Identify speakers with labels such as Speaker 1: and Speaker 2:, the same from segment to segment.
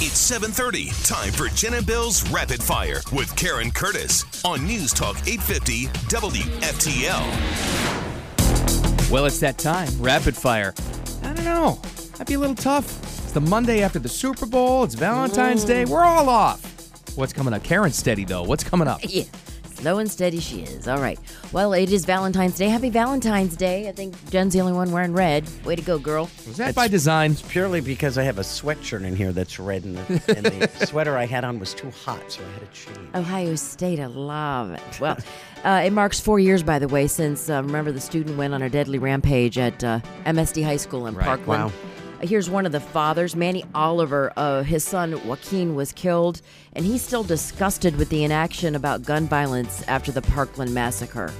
Speaker 1: It's 7:30. Time for Jen and Bill's Rapid Fire with Karen Curtis on News Talk 850 WFTL.
Speaker 2: Well, it's that time. Rapid fire. I don't know. That'd be a little tough. It's the Monday after the Super Bowl. It's Valentine's Day. We're all off. What's coming up? Karen steady though. What's coming up?
Speaker 3: Yeah. Slow and steady she is. All right. Well, it is Valentine's Day. Happy Valentine's Day. I think Jen's the only one wearing red. Way to go, girl.
Speaker 2: Was that by design?
Speaker 4: purely because I have a sweatshirt in here that's red, and the, and the sweater I had on was too hot, so I had to change.
Speaker 3: Ohio State, I love it. Well, uh, it marks four years, by the way, since uh, remember the student went on a deadly rampage at uh, MSD High School in Parkland.
Speaker 4: Wow.
Speaker 3: Uh, Here's one of the fathers, Manny Oliver. Uh, his son Joaquin was killed, and he's still disgusted with the inaction about gun violence after the Parkland massacre.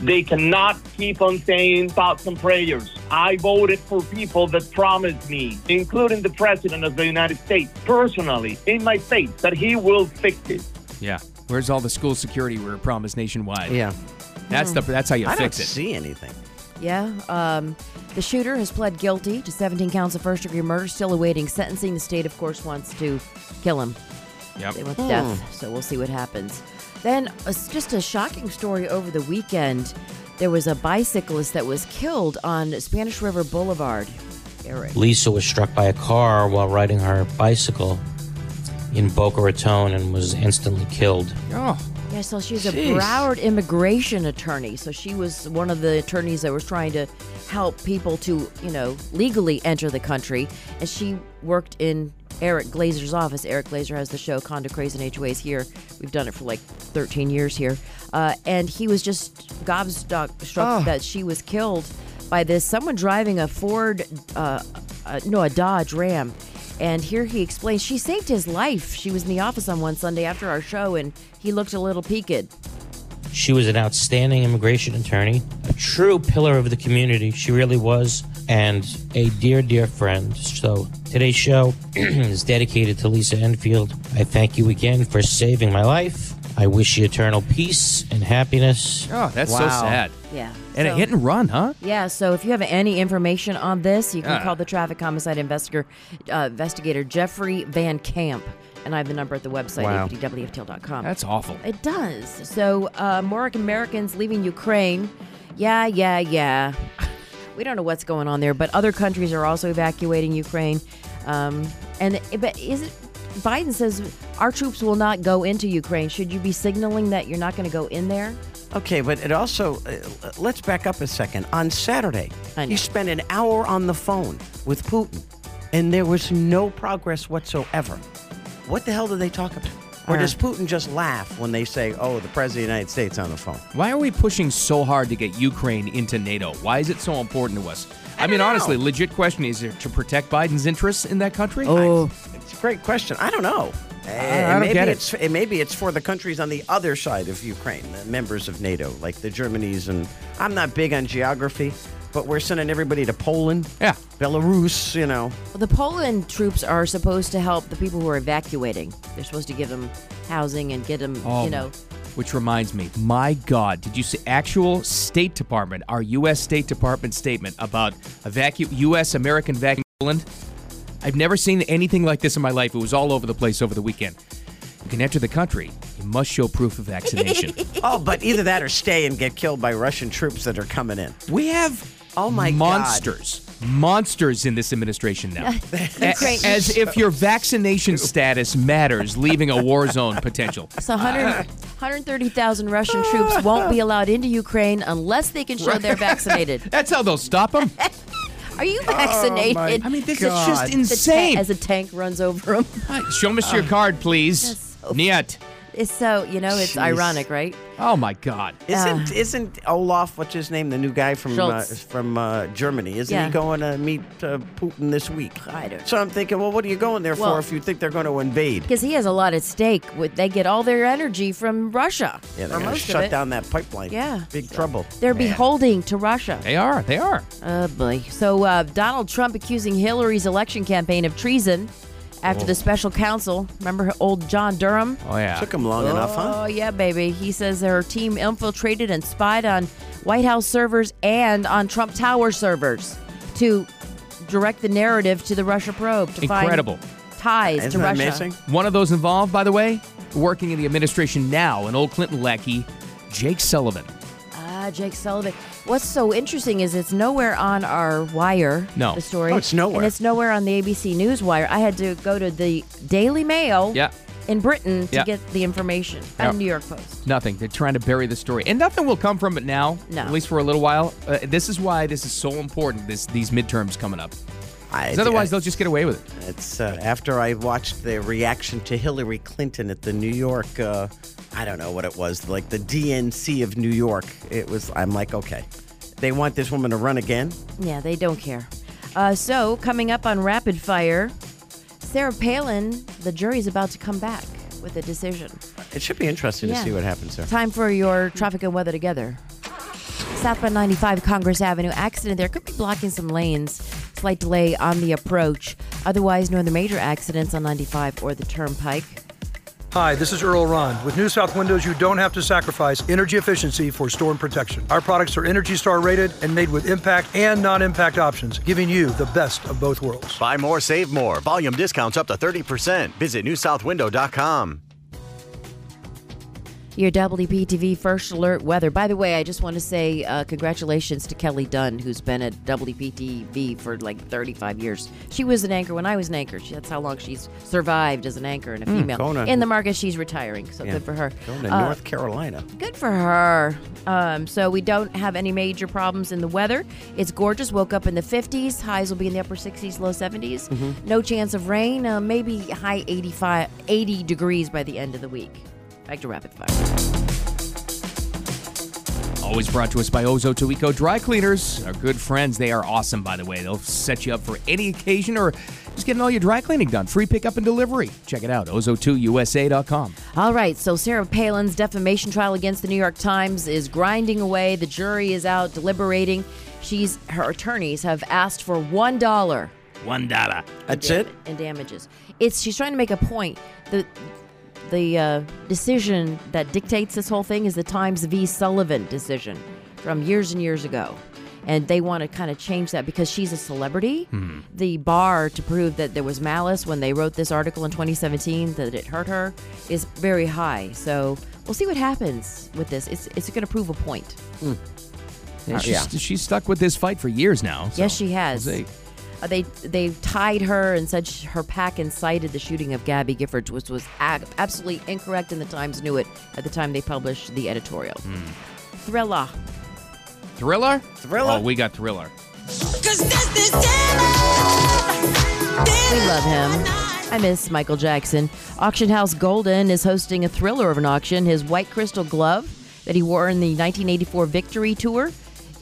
Speaker 5: They cannot keep on saying thoughts and prayers. I voted for people that promised me, including the President of the United States, personally, in my face, that he will fix it.
Speaker 2: Yeah. Where's all the school security we were promised nationwide?
Speaker 4: Yeah,
Speaker 2: That's the that's how you
Speaker 4: I don't
Speaker 2: fix it.
Speaker 4: see anything.
Speaker 3: Yeah. Um, the shooter has pled guilty to 17 counts of first degree murder, still awaiting sentencing. The state, of course, wants to kill him.
Speaker 2: Yep.
Speaker 3: They want death, so we'll see what happens. Then, uh, s- just a shocking story over the weekend. There was a bicyclist that was killed on Spanish River Boulevard. Eric.
Speaker 6: Lisa was struck by a car while riding her bicycle in Boca Raton and was instantly killed.
Speaker 2: Oh.
Speaker 3: Yeah, so she's a
Speaker 2: Jeez.
Speaker 3: Broward immigration attorney. So she was one of the attorneys that was trying to help people to, you know, legally enter the country. And she worked in Eric Glazer's office. Eric Glazer has the show Condo Craze and HOAs here. We've done it for like 13 years here. Uh, and he was just gobstruck struck that she was killed by this someone driving a Ford, uh, uh, no, a Dodge Ram. And here he explains she saved his life. She was in the office on one Sunday after our show, and he looked a little peaked.
Speaker 6: She was an outstanding immigration attorney, a true pillar of the community, she really was, and a dear, dear friend. So today's show is dedicated to Lisa Enfield. I thank you again for saving my life. I wish you eternal peace and happiness.
Speaker 2: Oh, that's so
Speaker 4: Wow.
Speaker 2: sad.
Speaker 3: Yeah.
Speaker 2: And
Speaker 3: so,
Speaker 2: a hit and run, huh?
Speaker 3: Yeah. So if you have any information on this, you can
Speaker 2: Ah.
Speaker 3: call the traffic homicide investigator, uh, investigator Jeffrey Van Camp, and I have the number at the website
Speaker 4: Wow.
Speaker 3: wftl.com.
Speaker 2: That's awful.
Speaker 3: it does. So uh, more Americans leaving Ukraine. Yeah, yeah, yeah. We don't know what's going on there, but other countries are also evacuating Ukraine. Um, and but is it? Biden says our troops will not go into Ukraine. Should you be signaling that you're not going to go in there?
Speaker 4: Okay, but it also uh, let's back up a second. On Saturday,
Speaker 3: I know.
Speaker 4: he spent an hour on the phone with Putin, and there was no progress whatsoever. What the hell do they talk about? Or
Speaker 3: Uh.
Speaker 4: does Putin just laugh when they say, "Oh, the president of the United States on the phone"?
Speaker 2: Why are we pushing so hard to get Ukraine into NATO? Why is it so important to us? I, mean, honestly, legit question is it to protect Biden's interests in that country?
Speaker 3: Oh,
Speaker 4: It's a great question. I don't know. Uh,
Speaker 2: I don't
Speaker 4: maybe
Speaker 2: get it.
Speaker 4: it's and maybe it's for the countries on the other side of Ukraine, the members of NATO, like the Germanys and I'm not big on geography, but we're sending everybody to Poland,
Speaker 2: Yeah.
Speaker 4: Belarus, you know.
Speaker 3: Well, the Poland troops are supposed to help the people who are evacuating. They're supposed to give them housing and get them,
Speaker 2: Oh,
Speaker 3: you know.
Speaker 2: Which reminds me, my God, did you see actual State Department, our U.S. State Department statement about a vacuum, U.S. American vacuum Poland? I've never seen anything like this in my life. It was all over the place over the weekend. You can enter the country, you must show proof of vaccination.
Speaker 4: Oh, but either that or stay and get killed by Russian troops that are coming in.
Speaker 2: we have
Speaker 4: Oh, my God.
Speaker 2: monsters. Monsters in this administration now. A-
Speaker 3: great.
Speaker 2: As if your vaccination status matters, leaving a war zone potential.
Speaker 3: So 100 130,000 Russian troops won't be allowed into Ukraine unless they can show they're vaccinated.
Speaker 2: That's how they'll stop them.
Speaker 3: Are you vaccinated?
Speaker 2: I mean, this
Speaker 4: God.
Speaker 2: is just
Speaker 4: The
Speaker 3: The ta-
Speaker 2: insane.
Speaker 3: as a tank runs over them.
Speaker 2: Hi, Show us your card, please.
Speaker 3: that's so-
Speaker 2: Niet.
Speaker 3: It's so, you know, it's
Speaker 4: Jeez.
Speaker 3: ironic, right?
Speaker 2: Oh my God.
Speaker 4: Isn't isn't Olaf what's his name the new guy from uh,
Speaker 3: Schultz.
Speaker 4: from uh, Germany? Isn't
Speaker 3: Yeah.
Speaker 4: he going to meet uh, Putin this week?
Speaker 3: I don't-
Speaker 4: So I'm thinking, well, what are you going there
Speaker 3: Well-
Speaker 4: for if you think they're going to invade?
Speaker 3: Because he has a lot at stake. With They get all their energy from Russia.
Speaker 4: Yeah,
Speaker 3: or
Speaker 4: they're going to
Speaker 3: most of
Speaker 4: shut
Speaker 3: it.
Speaker 4: down that pipeline.
Speaker 3: Yeah.
Speaker 4: Big trouble.
Speaker 3: They're beholding to Russia.
Speaker 2: They are. They are.
Speaker 3: Oh boy. So uh, Donald Trump accusing Hillary's election campaign of treason after
Speaker 4: Oh.
Speaker 3: the special counsel. Remember old John Durham?
Speaker 2: Oh yeah.
Speaker 4: Took them long enough, huh?
Speaker 3: Oh yeah, baby. He says her team infiltrated and spied on White House servers and on Trump Tower servers to direct the narrative to the Russia probe to
Speaker 2: Incredible.
Speaker 3: find ties to
Speaker 4: Isn't that
Speaker 3: Russia.
Speaker 4: amazing?
Speaker 2: One of those involved, by the way, working in the administration now, an old Clinton lackey, Jake Sullivan.
Speaker 3: Ah, Jake Sullivan. What's so interesting is it's nowhere on our wire.
Speaker 2: No.
Speaker 3: the story.
Speaker 4: Oh, it's nowhere.
Speaker 3: and it's nowhere on the ABC News wire. I had to go to the Daily Mail.
Speaker 2: Yeah.
Speaker 3: in Britain to
Speaker 2: Yeah.
Speaker 3: get the information.
Speaker 2: Yeah.
Speaker 3: And New York Post.
Speaker 2: Nothing. They're trying to bury the story, and nothing will come from it now.
Speaker 3: No.
Speaker 2: At least for a little while. Uh, this is why this is so important. This these midterms coming up. 'Cause
Speaker 4: I,
Speaker 2: otherwise,
Speaker 4: I-
Speaker 2: they'll just get away with it.
Speaker 4: it's uh, after I watched the reaction to Hillary Clinton at the New York. Uh, I don't know what it was, like the DNC of New York. It was. I'm like, okay, they want this woman to run again.
Speaker 3: Yeah, they don't care. Uh, so coming up on Rapid Fire, Sarah Palin. The jury's about to come back with a decision.
Speaker 4: It should be interesting
Speaker 3: Yeah.
Speaker 4: to see what happens there.
Speaker 3: Time for your traffic and weather together. Southbound 95 Congress Avenue accident there could be blocking some lanes. Slight delay on the approach. Otherwise, no other major accidents on 95 or the Turnpike.
Speaker 7: Hi, this is Earl Ron. With New South Windows, you don't have to sacrifice energy efficiency for storm protection. Our products are Energy Star rated and made with impact and non impact options, giving you the best of both worlds.
Speaker 8: Buy more, save more. Volume discounts up to 30%. Visit newsouthwindow.com.
Speaker 3: Your WPTV First Alert weather. By the way, I just want to say uh, congratulations to Kelly Dunn, who's been at WPTV for like 35 years. She was an anchor when I was an anchor. She, that's how long she's survived as an anchor and a female.
Speaker 4: going on-
Speaker 3: In the market, she's retiring, so good for her.
Speaker 4: Going to
Speaker 3: Uh,
Speaker 4: North Carolina.
Speaker 3: Good for her. Um, so we don't have any major problems in the weather. It's gorgeous. Woke up in the 50s. Highs will be in the upper 60s, low 70s. No chance of rain. Uh, maybe high 85, 80 degrees by the end of the week. Back to rapid fire.
Speaker 2: Always brought to us by Ozo Tuico Dry Cleaners. Our good friends, they are awesome, by the way. They'll set you up for any occasion or just getting all your dry cleaning done. Free pickup and delivery. Check it out, ozo2usa.com.
Speaker 3: All right. So Sarah Palin's defamation trial against the New York Times is grinding away. The jury is out deliberating. She's her attorneys have asked for one dollar.
Speaker 2: One dollar.
Speaker 4: That's
Speaker 3: dam-
Speaker 4: it.
Speaker 3: and damages. It's she's trying to make a point. The the uh, decision that dictates this whole thing is the Times v. Sullivan decision from years and years ago. And they want to kind of change that because she's a celebrity.
Speaker 4: Hmm.
Speaker 3: The bar to prove that there was malice when they wrote this article in 2017 that it hurt her is very high. So we'll see what happens with this. It's, it's going to prove a point.
Speaker 2: she's, she's stuck with this fight for years now. so
Speaker 3: Yes, she has.
Speaker 2: we'll see.
Speaker 3: Uh, they they tied her and said sh- her pack incited the shooting of Gabby Giffords, which was a- absolutely incorrect, and the Times knew it at the time they published the editorial.
Speaker 4: Hmm.
Speaker 3: Thriller.
Speaker 2: Thriller?
Speaker 4: Thriller?
Speaker 2: Oh, we got Thriller.
Speaker 3: We love him. I miss Michael Jackson. Auction House Golden is hosting a thriller of an auction. His white crystal glove that he wore in the 1984 Victory Tour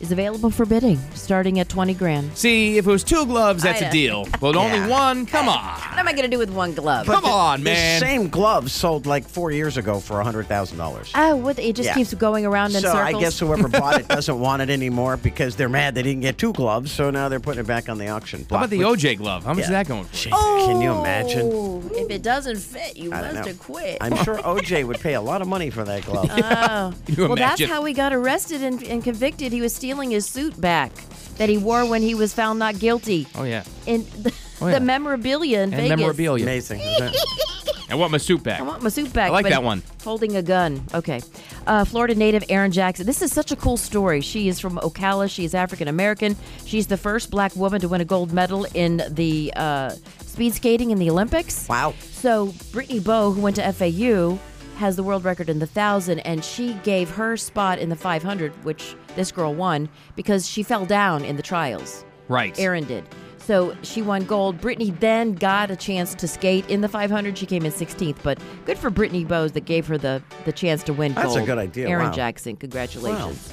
Speaker 3: is available for bidding, starting at 20 grand.
Speaker 2: See, if it was two gloves, that's
Speaker 3: I
Speaker 2: a
Speaker 3: know.
Speaker 2: deal. But only
Speaker 4: Yeah.
Speaker 2: one? Come on.
Speaker 3: What am I going to do with one glove?
Speaker 2: Come on,
Speaker 4: This
Speaker 2: man.
Speaker 4: same glove sold like four years ago for hundred thousand dollars.
Speaker 3: Oh, what, it just
Speaker 4: Yeah.
Speaker 3: keeps going around in
Speaker 4: So
Speaker 3: circles.
Speaker 4: I guess whoever bought it doesn't want it anymore because they're mad they didn't get two gloves. So now they're putting it back on the auction
Speaker 2: How
Speaker 4: block.
Speaker 2: about the
Speaker 4: which-
Speaker 2: OJ glove? How much is
Speaker 4: Yeah.
Speaker 2: that going for?
Speaker 4: Can you imagine?
Speaker 3: Oh, If it doesn't fit, you
Speaker 4: I don't
Speaker 3: must
Speaker 4: know.
Speaker 3: have quit.
Speaker 4: I'm sure OJ would pay a lot of money for that glove.
Speaker 3: Um.
Speaker 2: Can you
Speaker 3: well,
Speaker 2: imagine?
Speaker 3: that's how he got arrested and, and convicted. He was stealing his suit back that he wore when he was found not guilty.
Speaker 2: oh, yeah.
Speaker 3: And the,
Speaker 2: Oh, yeah.
Speaker 3: the memorabilia in
Speaker 2: And
Speaker 3: Vegas.
Speaker 2: memorabilia.
Speaker 4: Amazing. isn't it?
Speaker 2: I want my suit back.
Speaker 3: I want my suit back.
Speaker 2: I like
Speaker 3: but
Speaker 2: that one.
Speaker 3: Holding a gun. Okay. Uh, Florida native Erin Jackson. This is such a cool story. She is from Ocala. She is African American. She's the first black woman to win a gold medal in the uh, speed skating in the Olympics.
Speaker 4: Wow.
Speaker 3: So Brittany Bowe, who went to FAU, has the world record in the thousand, and she gave her spot in the 500, which this girl won because she fell down in the trials.
Speaker 2: Right.
Speaker 3: Erin did. So she won gold. Brittany then got a chance to skate in the 500. She came in 16th, but good for Brittany Bowes that gave her the, the chance to win
Speaker 4: That's a
Speaker 3: gold.
Speaker 4: good idea.
Speaker 3: Erin
Speaker 4: Wow.
Speaker 3: Jackson, congratulations.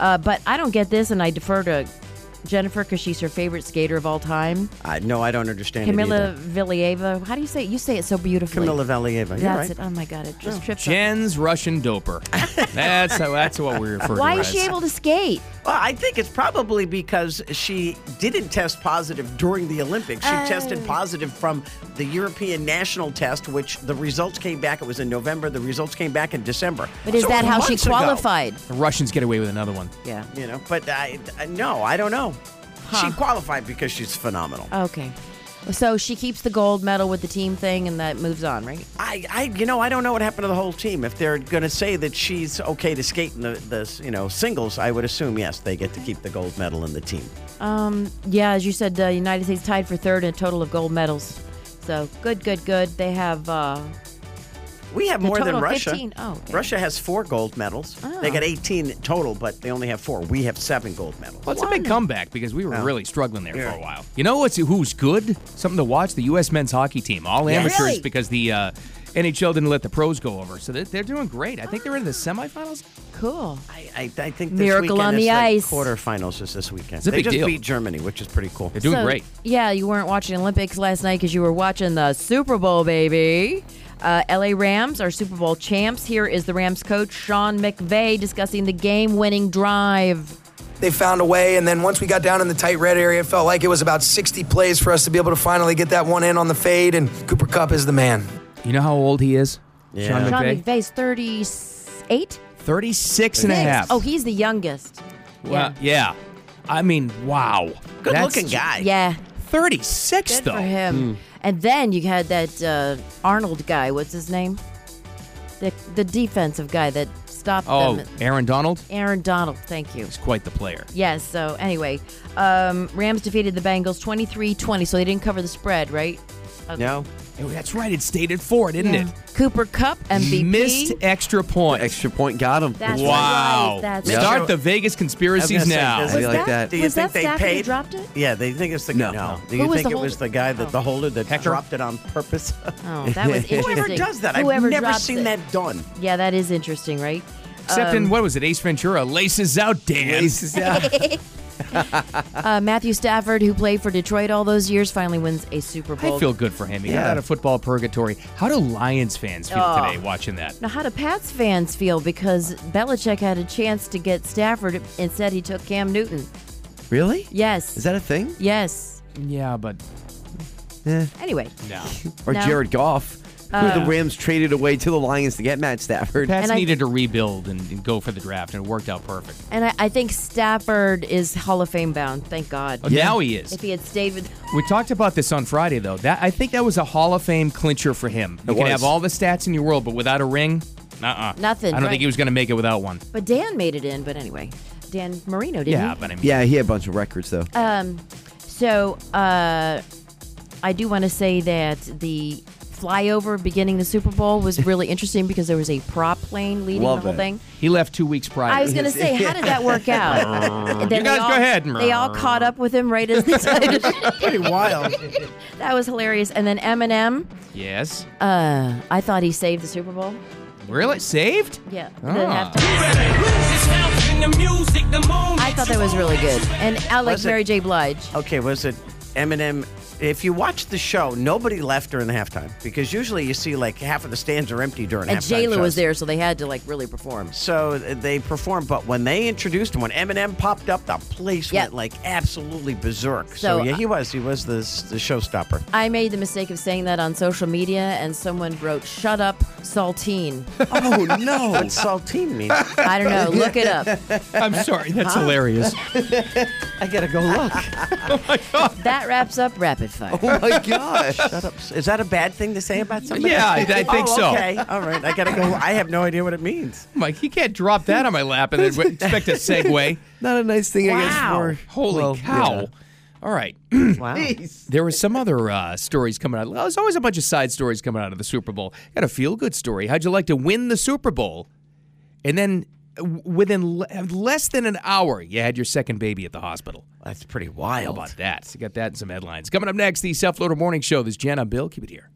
Speaker 3: Uh, but I don't get this, and I defer to Jennifer because she's her favorite skater of all time.
Speaker 4: I, no, I don't understand it
Speaker 3: Camilla
Speaker 4: either.
Speaker 3: Valieva. How do you say it? You say it so beautifully.
Speaker 4: Camilla Valieva. You're
Speaker 3: That's
Speaker 4: right.
Speaker 3: it. Oh my God, it just trips. up.
Speaker 2: Jen's Russian doper. That's how, that's what we refer to
Speaker 3: Why
Speaker 2: her
Speaker 3: is she
Speaker 2: as.
Speaker 3: able to skate?
Speaker 4: Well, I think it's probably because she didn't test positive during the Olympics. She
Speaker 3: Oh.
Speaker 4: tested positive from the European national test, which the results came back. It was in November. The results came back in December.
Speaker 3: But is
Speaker 4: So
Speaker 3: that
Speaker 4: it was
Speaker 3: how she
Speaker 4: months ago,
Speaker 3: qualified?
Speaker 2: The Russians get away with another one.
Speaker 3: Yeah.
Speaker 4: you know, but I, I no, I don't know. She qualified because she's phenomenal.
Speaker 3: Okay. So she keeps the gold medal with the team thing, and that moves on, right?
Speaker 4: I, I, you know, I don't know what happened to the whole team. If they're going to say that she's okay to skate in the, the, you know, singles, I would assume yes, they get to keep the gold medal in the team.
Speaker 3: Yeah, as you said, the United States tied for third in a total of gold medals. So good, good, good. They have uh,
Speaker 4: We have
Speaker 3: The
Speaker 4: more than
Speaker 3: total of
Speaker 4: Russia.
Speaker 3: 15. Oh, yeah.
Speaker 4: Russia has four gold medals. They got 18 total, but they only have four. We have seven gold medals.
Speaker 2: Well, it's a big comeback because we were really struggling there for a while. You know what's who's good? Something to watch. The U.S. men's hockey team, all amateurs,
Speaker 3: Really?
Speaker 2: because the uh, NHL didn't let the pros go over, so they're, they're doing great. I think they're in the semifinals.
Speaker 3: cool.
Speaker 4: I, I, I think this
Speaker 3: Miracle
Speaker 4: weekend
Speaker 3: on
Speaker 4: is
Speaker 3: the
Speaker 4: like
Speaker 3: ice.
Speaker 4: Quarterfinals is this weekend.
Speaker 2: It's a
Speaker 4: they
Speaker 2: big
Speaker 4: just
Speaker 2: deal.
Speaker 4: beat Germany, which is pretty cool.
Speaker 2: They're doing
Speaker 3: So,
Speaker 2: great.
Speaker 3: Yeah, you weren't watching Olympics last night because you were watching the Super Bowl, baby. Uh, LA Rams are Super Bowl champs. Here is the Rams coach, Sean McVay, discussing the game winning drive.
Speaker 9: they found a way. And then once we got down in the tight red area, it felt like it was about 60 plays for us to be able to finally get that one in on the fade. And Cooper Cup is the man.
Speaker 2: You know how old he is?
Speaker 4: Yeah.
Speaker 2: Sean
Speaker 4: Sean
Speaker 3: Sean
Speaker 2: McVay?
Speaker 3: McVay's 38?
Speaker 2: 36 and a half.
Speaker 3: Oh, he's the youngest.
Speaker 2: Well, yeah. I mean, wow.
Speaker 4: Good
Speaker 2: That's
Speaker 4: looking guy.
Speaker 3: Yeah.
Speaker 2: 36,
Speaker 3: Good
Speaker 2: though.
Speaker 3: for
Speaker 4: Mm.
Speaker 3: him. And then you had that uh, Arnold guy. What's his name? The, the defensive guy that stopped
Speaker 2: Oh,
Speaker 3: them.
Speaker 2: Aaron Donald?
Speaker 3: Aaron Donald. Thank you.
Speaker 2: He's quite the player.
Speaker 3: Yes. So anyway, um, Rams defeated the Bengals 23-20. So they didn't cover the spread, right?
Speaker 4: No?
Speaker 2: Oh, that's right. It stayed at four, didn't it?
Speaker 3: Cooper Cup MVP.
Speaker 2: Missed extra point.
Speaker 10: Extra point got him.
Speaker 3: That's
Speaker 2: wow.
Speaker 3: right. That's
Speaker 2: Start
Speaker 3: right.
Speaker 2: the Vegas conspiracies now.
Speaker 10: does it- like that.
Speaker 4: Do you
Speaker 3: was
Speaker 4: think
Speaker 3: that
Speaker 4: they
Speaker 3: Stafford who
Speaker 4: paid?
Speaker 3: dropped it?
Speaker 4: Yeah, they think it's the
Speaker 10: No.
Speaker 4: no.
Speaker 10: No.
Speaker 4: Do
Speaker 3: Who
Speaker 4: you
Speaker 3: was
Speaker 4: think
Speaker 3: the Oh.
Speaker 4: it was
Speaker 3: holder?
Speaker 4: the guy that the holder that
Speaker 2: Hecker?
Speaker 4: dropped it on purpose?
Speaker 3: Oh, that was interesting.
Speaker 4: Whoever does that,
Speaker 3: Whoever
Speaker 4: I've never
Speaker 3: dropped
Speaker 4: seen
Speaker 3: it.
Speaker 4: that done.
Speaker 3: Yeah, that is interesting, right?
Speaker 2: Except in, what was it, Ace Ventura? um, Laces out, Dan.
Speaker 3: Uh, Matthew Stafford, who played for Detroit all those years, finally wins a Super Bowl.
Speaker 2: I feel good for him. He got
Speaker 10: Yeah.
Speaker 2: out of football purgatory. How do Lions fans feel
Speaker 3: Oh.
Speaker 2: today watching that?
Speaker 3: Now, how do Pats fans feel? Because Belichick had a chance to get Stafford, instead he took Cam Newton.
Speaker 10: Really?
Speaker 3: Yes.
Speaker 10: Is that a thing?
Speaker 3: Yes.
Speaker 2: Yeah, but
Speaker 3: Anyway,
Speaker 2: no.
Speaker 10: Or
Speaker 3: No. Uh.
Speaker 10: Jared Goff, who the Rams traded away to the Lions to get Matt Stafford.
Speaker 2: Pats
Speaker 3: And I-
Speaker 2: needed to rebuild and, and go for the draft, and it worked out perfect.
Speaker 3: and I, I think Stafford is Hall of Fame bound. Thank God.
Speaker 2: Oh, Now he is.
Speaker 3: If he had stayed with,
Speaker 2: We talked about this on Friday, though. That I think that was a Hall of Fame clincher for him. You
Speaker 10: It
Speaker 2: can
Speaker 10: was.
Speaker 2: have all the stats in your world, but without a ring, uh-uh.
Speaker 3: Nothing,
Speaker 2: I don't
Speaker 3: right.
Speaker 2: think he was going to make it without one.
Speaker 3: but Dan made it in. But anyway, Dan Marino didn't.
Speaker 2: yeah,
Speaker 3: he?
Speaker 2: but I mean,
Speaker 10: Yeah, Uh, he had a bunch of records though.
Speaker 3: So uh, I do want to say that the flyover beginning the Super Bowl was really interesting because there was a prop plane leading
Speaker 10: Love
Speaker 3: the whole
Speaker 10: it.
Speaker 3: thing.
Speaker 2: he left two weeks prior.
Speaker 3: I was going to say, how did that work out? Then
Speaker 2: You guys
Speaker 3: they all,
Speaker 2: go ahead.
Speaker 3: They all caught up with him right as the
Speaker 4: Pretty wild.
Speaker 3: That was hilarious. And then Eminem,
Speaker 2: yes,
Speaker 3: uh, I thought he saved the Super Bowl.
Speaker 2: really saved.
Speaker 3: Yeah. the
Speaker 2: Ah.
Speaker 3: halftime. I thought that was really good. And Alex,
Speaker 4: Was it-
Speaker 3: Mary J. Blige.
Speaker 4: Okay, was it Eminem? If you watch the show, nobody left during the halftime because usually you see like half of the stands are empty during
Speaker 3: And
Speaker 4: halftime.
Speaker 3: Jayla was
Speaker 4: shows.
Speaker 3: there, so they had to like really perform.
Speaker 4: So they performed, but when they introduced him, when Eminem popped up, the place
Speaker 3: Yeah.
Speaker 4: went like absolutely berserk. So,
Speaker 3: So,
Speaker 4: yeah, he was. He was the, the showstopper.
Speaker 3: I made the mistake of saying that on social media, and someone wrote, Shut up, Saltine.
Speaker 4: Oh, no. What's saltine mean?
Speaker 3: I don't know. Look it up.
Speaker 2: I'm sorry, that's hilarious.
Speaker 4: I got to go look.
Speaker 3: That wraps up Rapid Fire.
Speaker 10: oh my gosh.
Speaker 4: Shut up. Is that a bad thing to say about somebody?
Speaker 2: Yeah, I- I think
Speaker 4: Oh,
Speaker 2: so.
Speaker 4: Okay. All right. I got to go. I have no idea what it means.
Speaker 2: Mike, you can't drop that on my lap and then w- expect a segue.
Speaker 10: Not a nice thing, I guess.
Speaker 4: Wow.
Speaker 10: For
Speaker 2: Holy
Speaker 10: well,
Speaker 2: cow!
Speaker 10: yeah.
Speaker 2: All right.
Speaker 4: Wow.
Speaker 2: There was some other uh, stories coming out. There's always a bunch of side stories coming out of the Super Bowl. Got a feel good story. How'd you like to win the Super Bowl? And then uh, w- within le- less than an hour, you had your second baby at the hospital.
Speaker 4: That's pretty
Speaker 2: How
Speaker 4: wild.
Speaker 2: about that? You got that in some headlines. Coming up next, the Self Loader Morning Show. This is Jen. I'm Bill. Keep it here.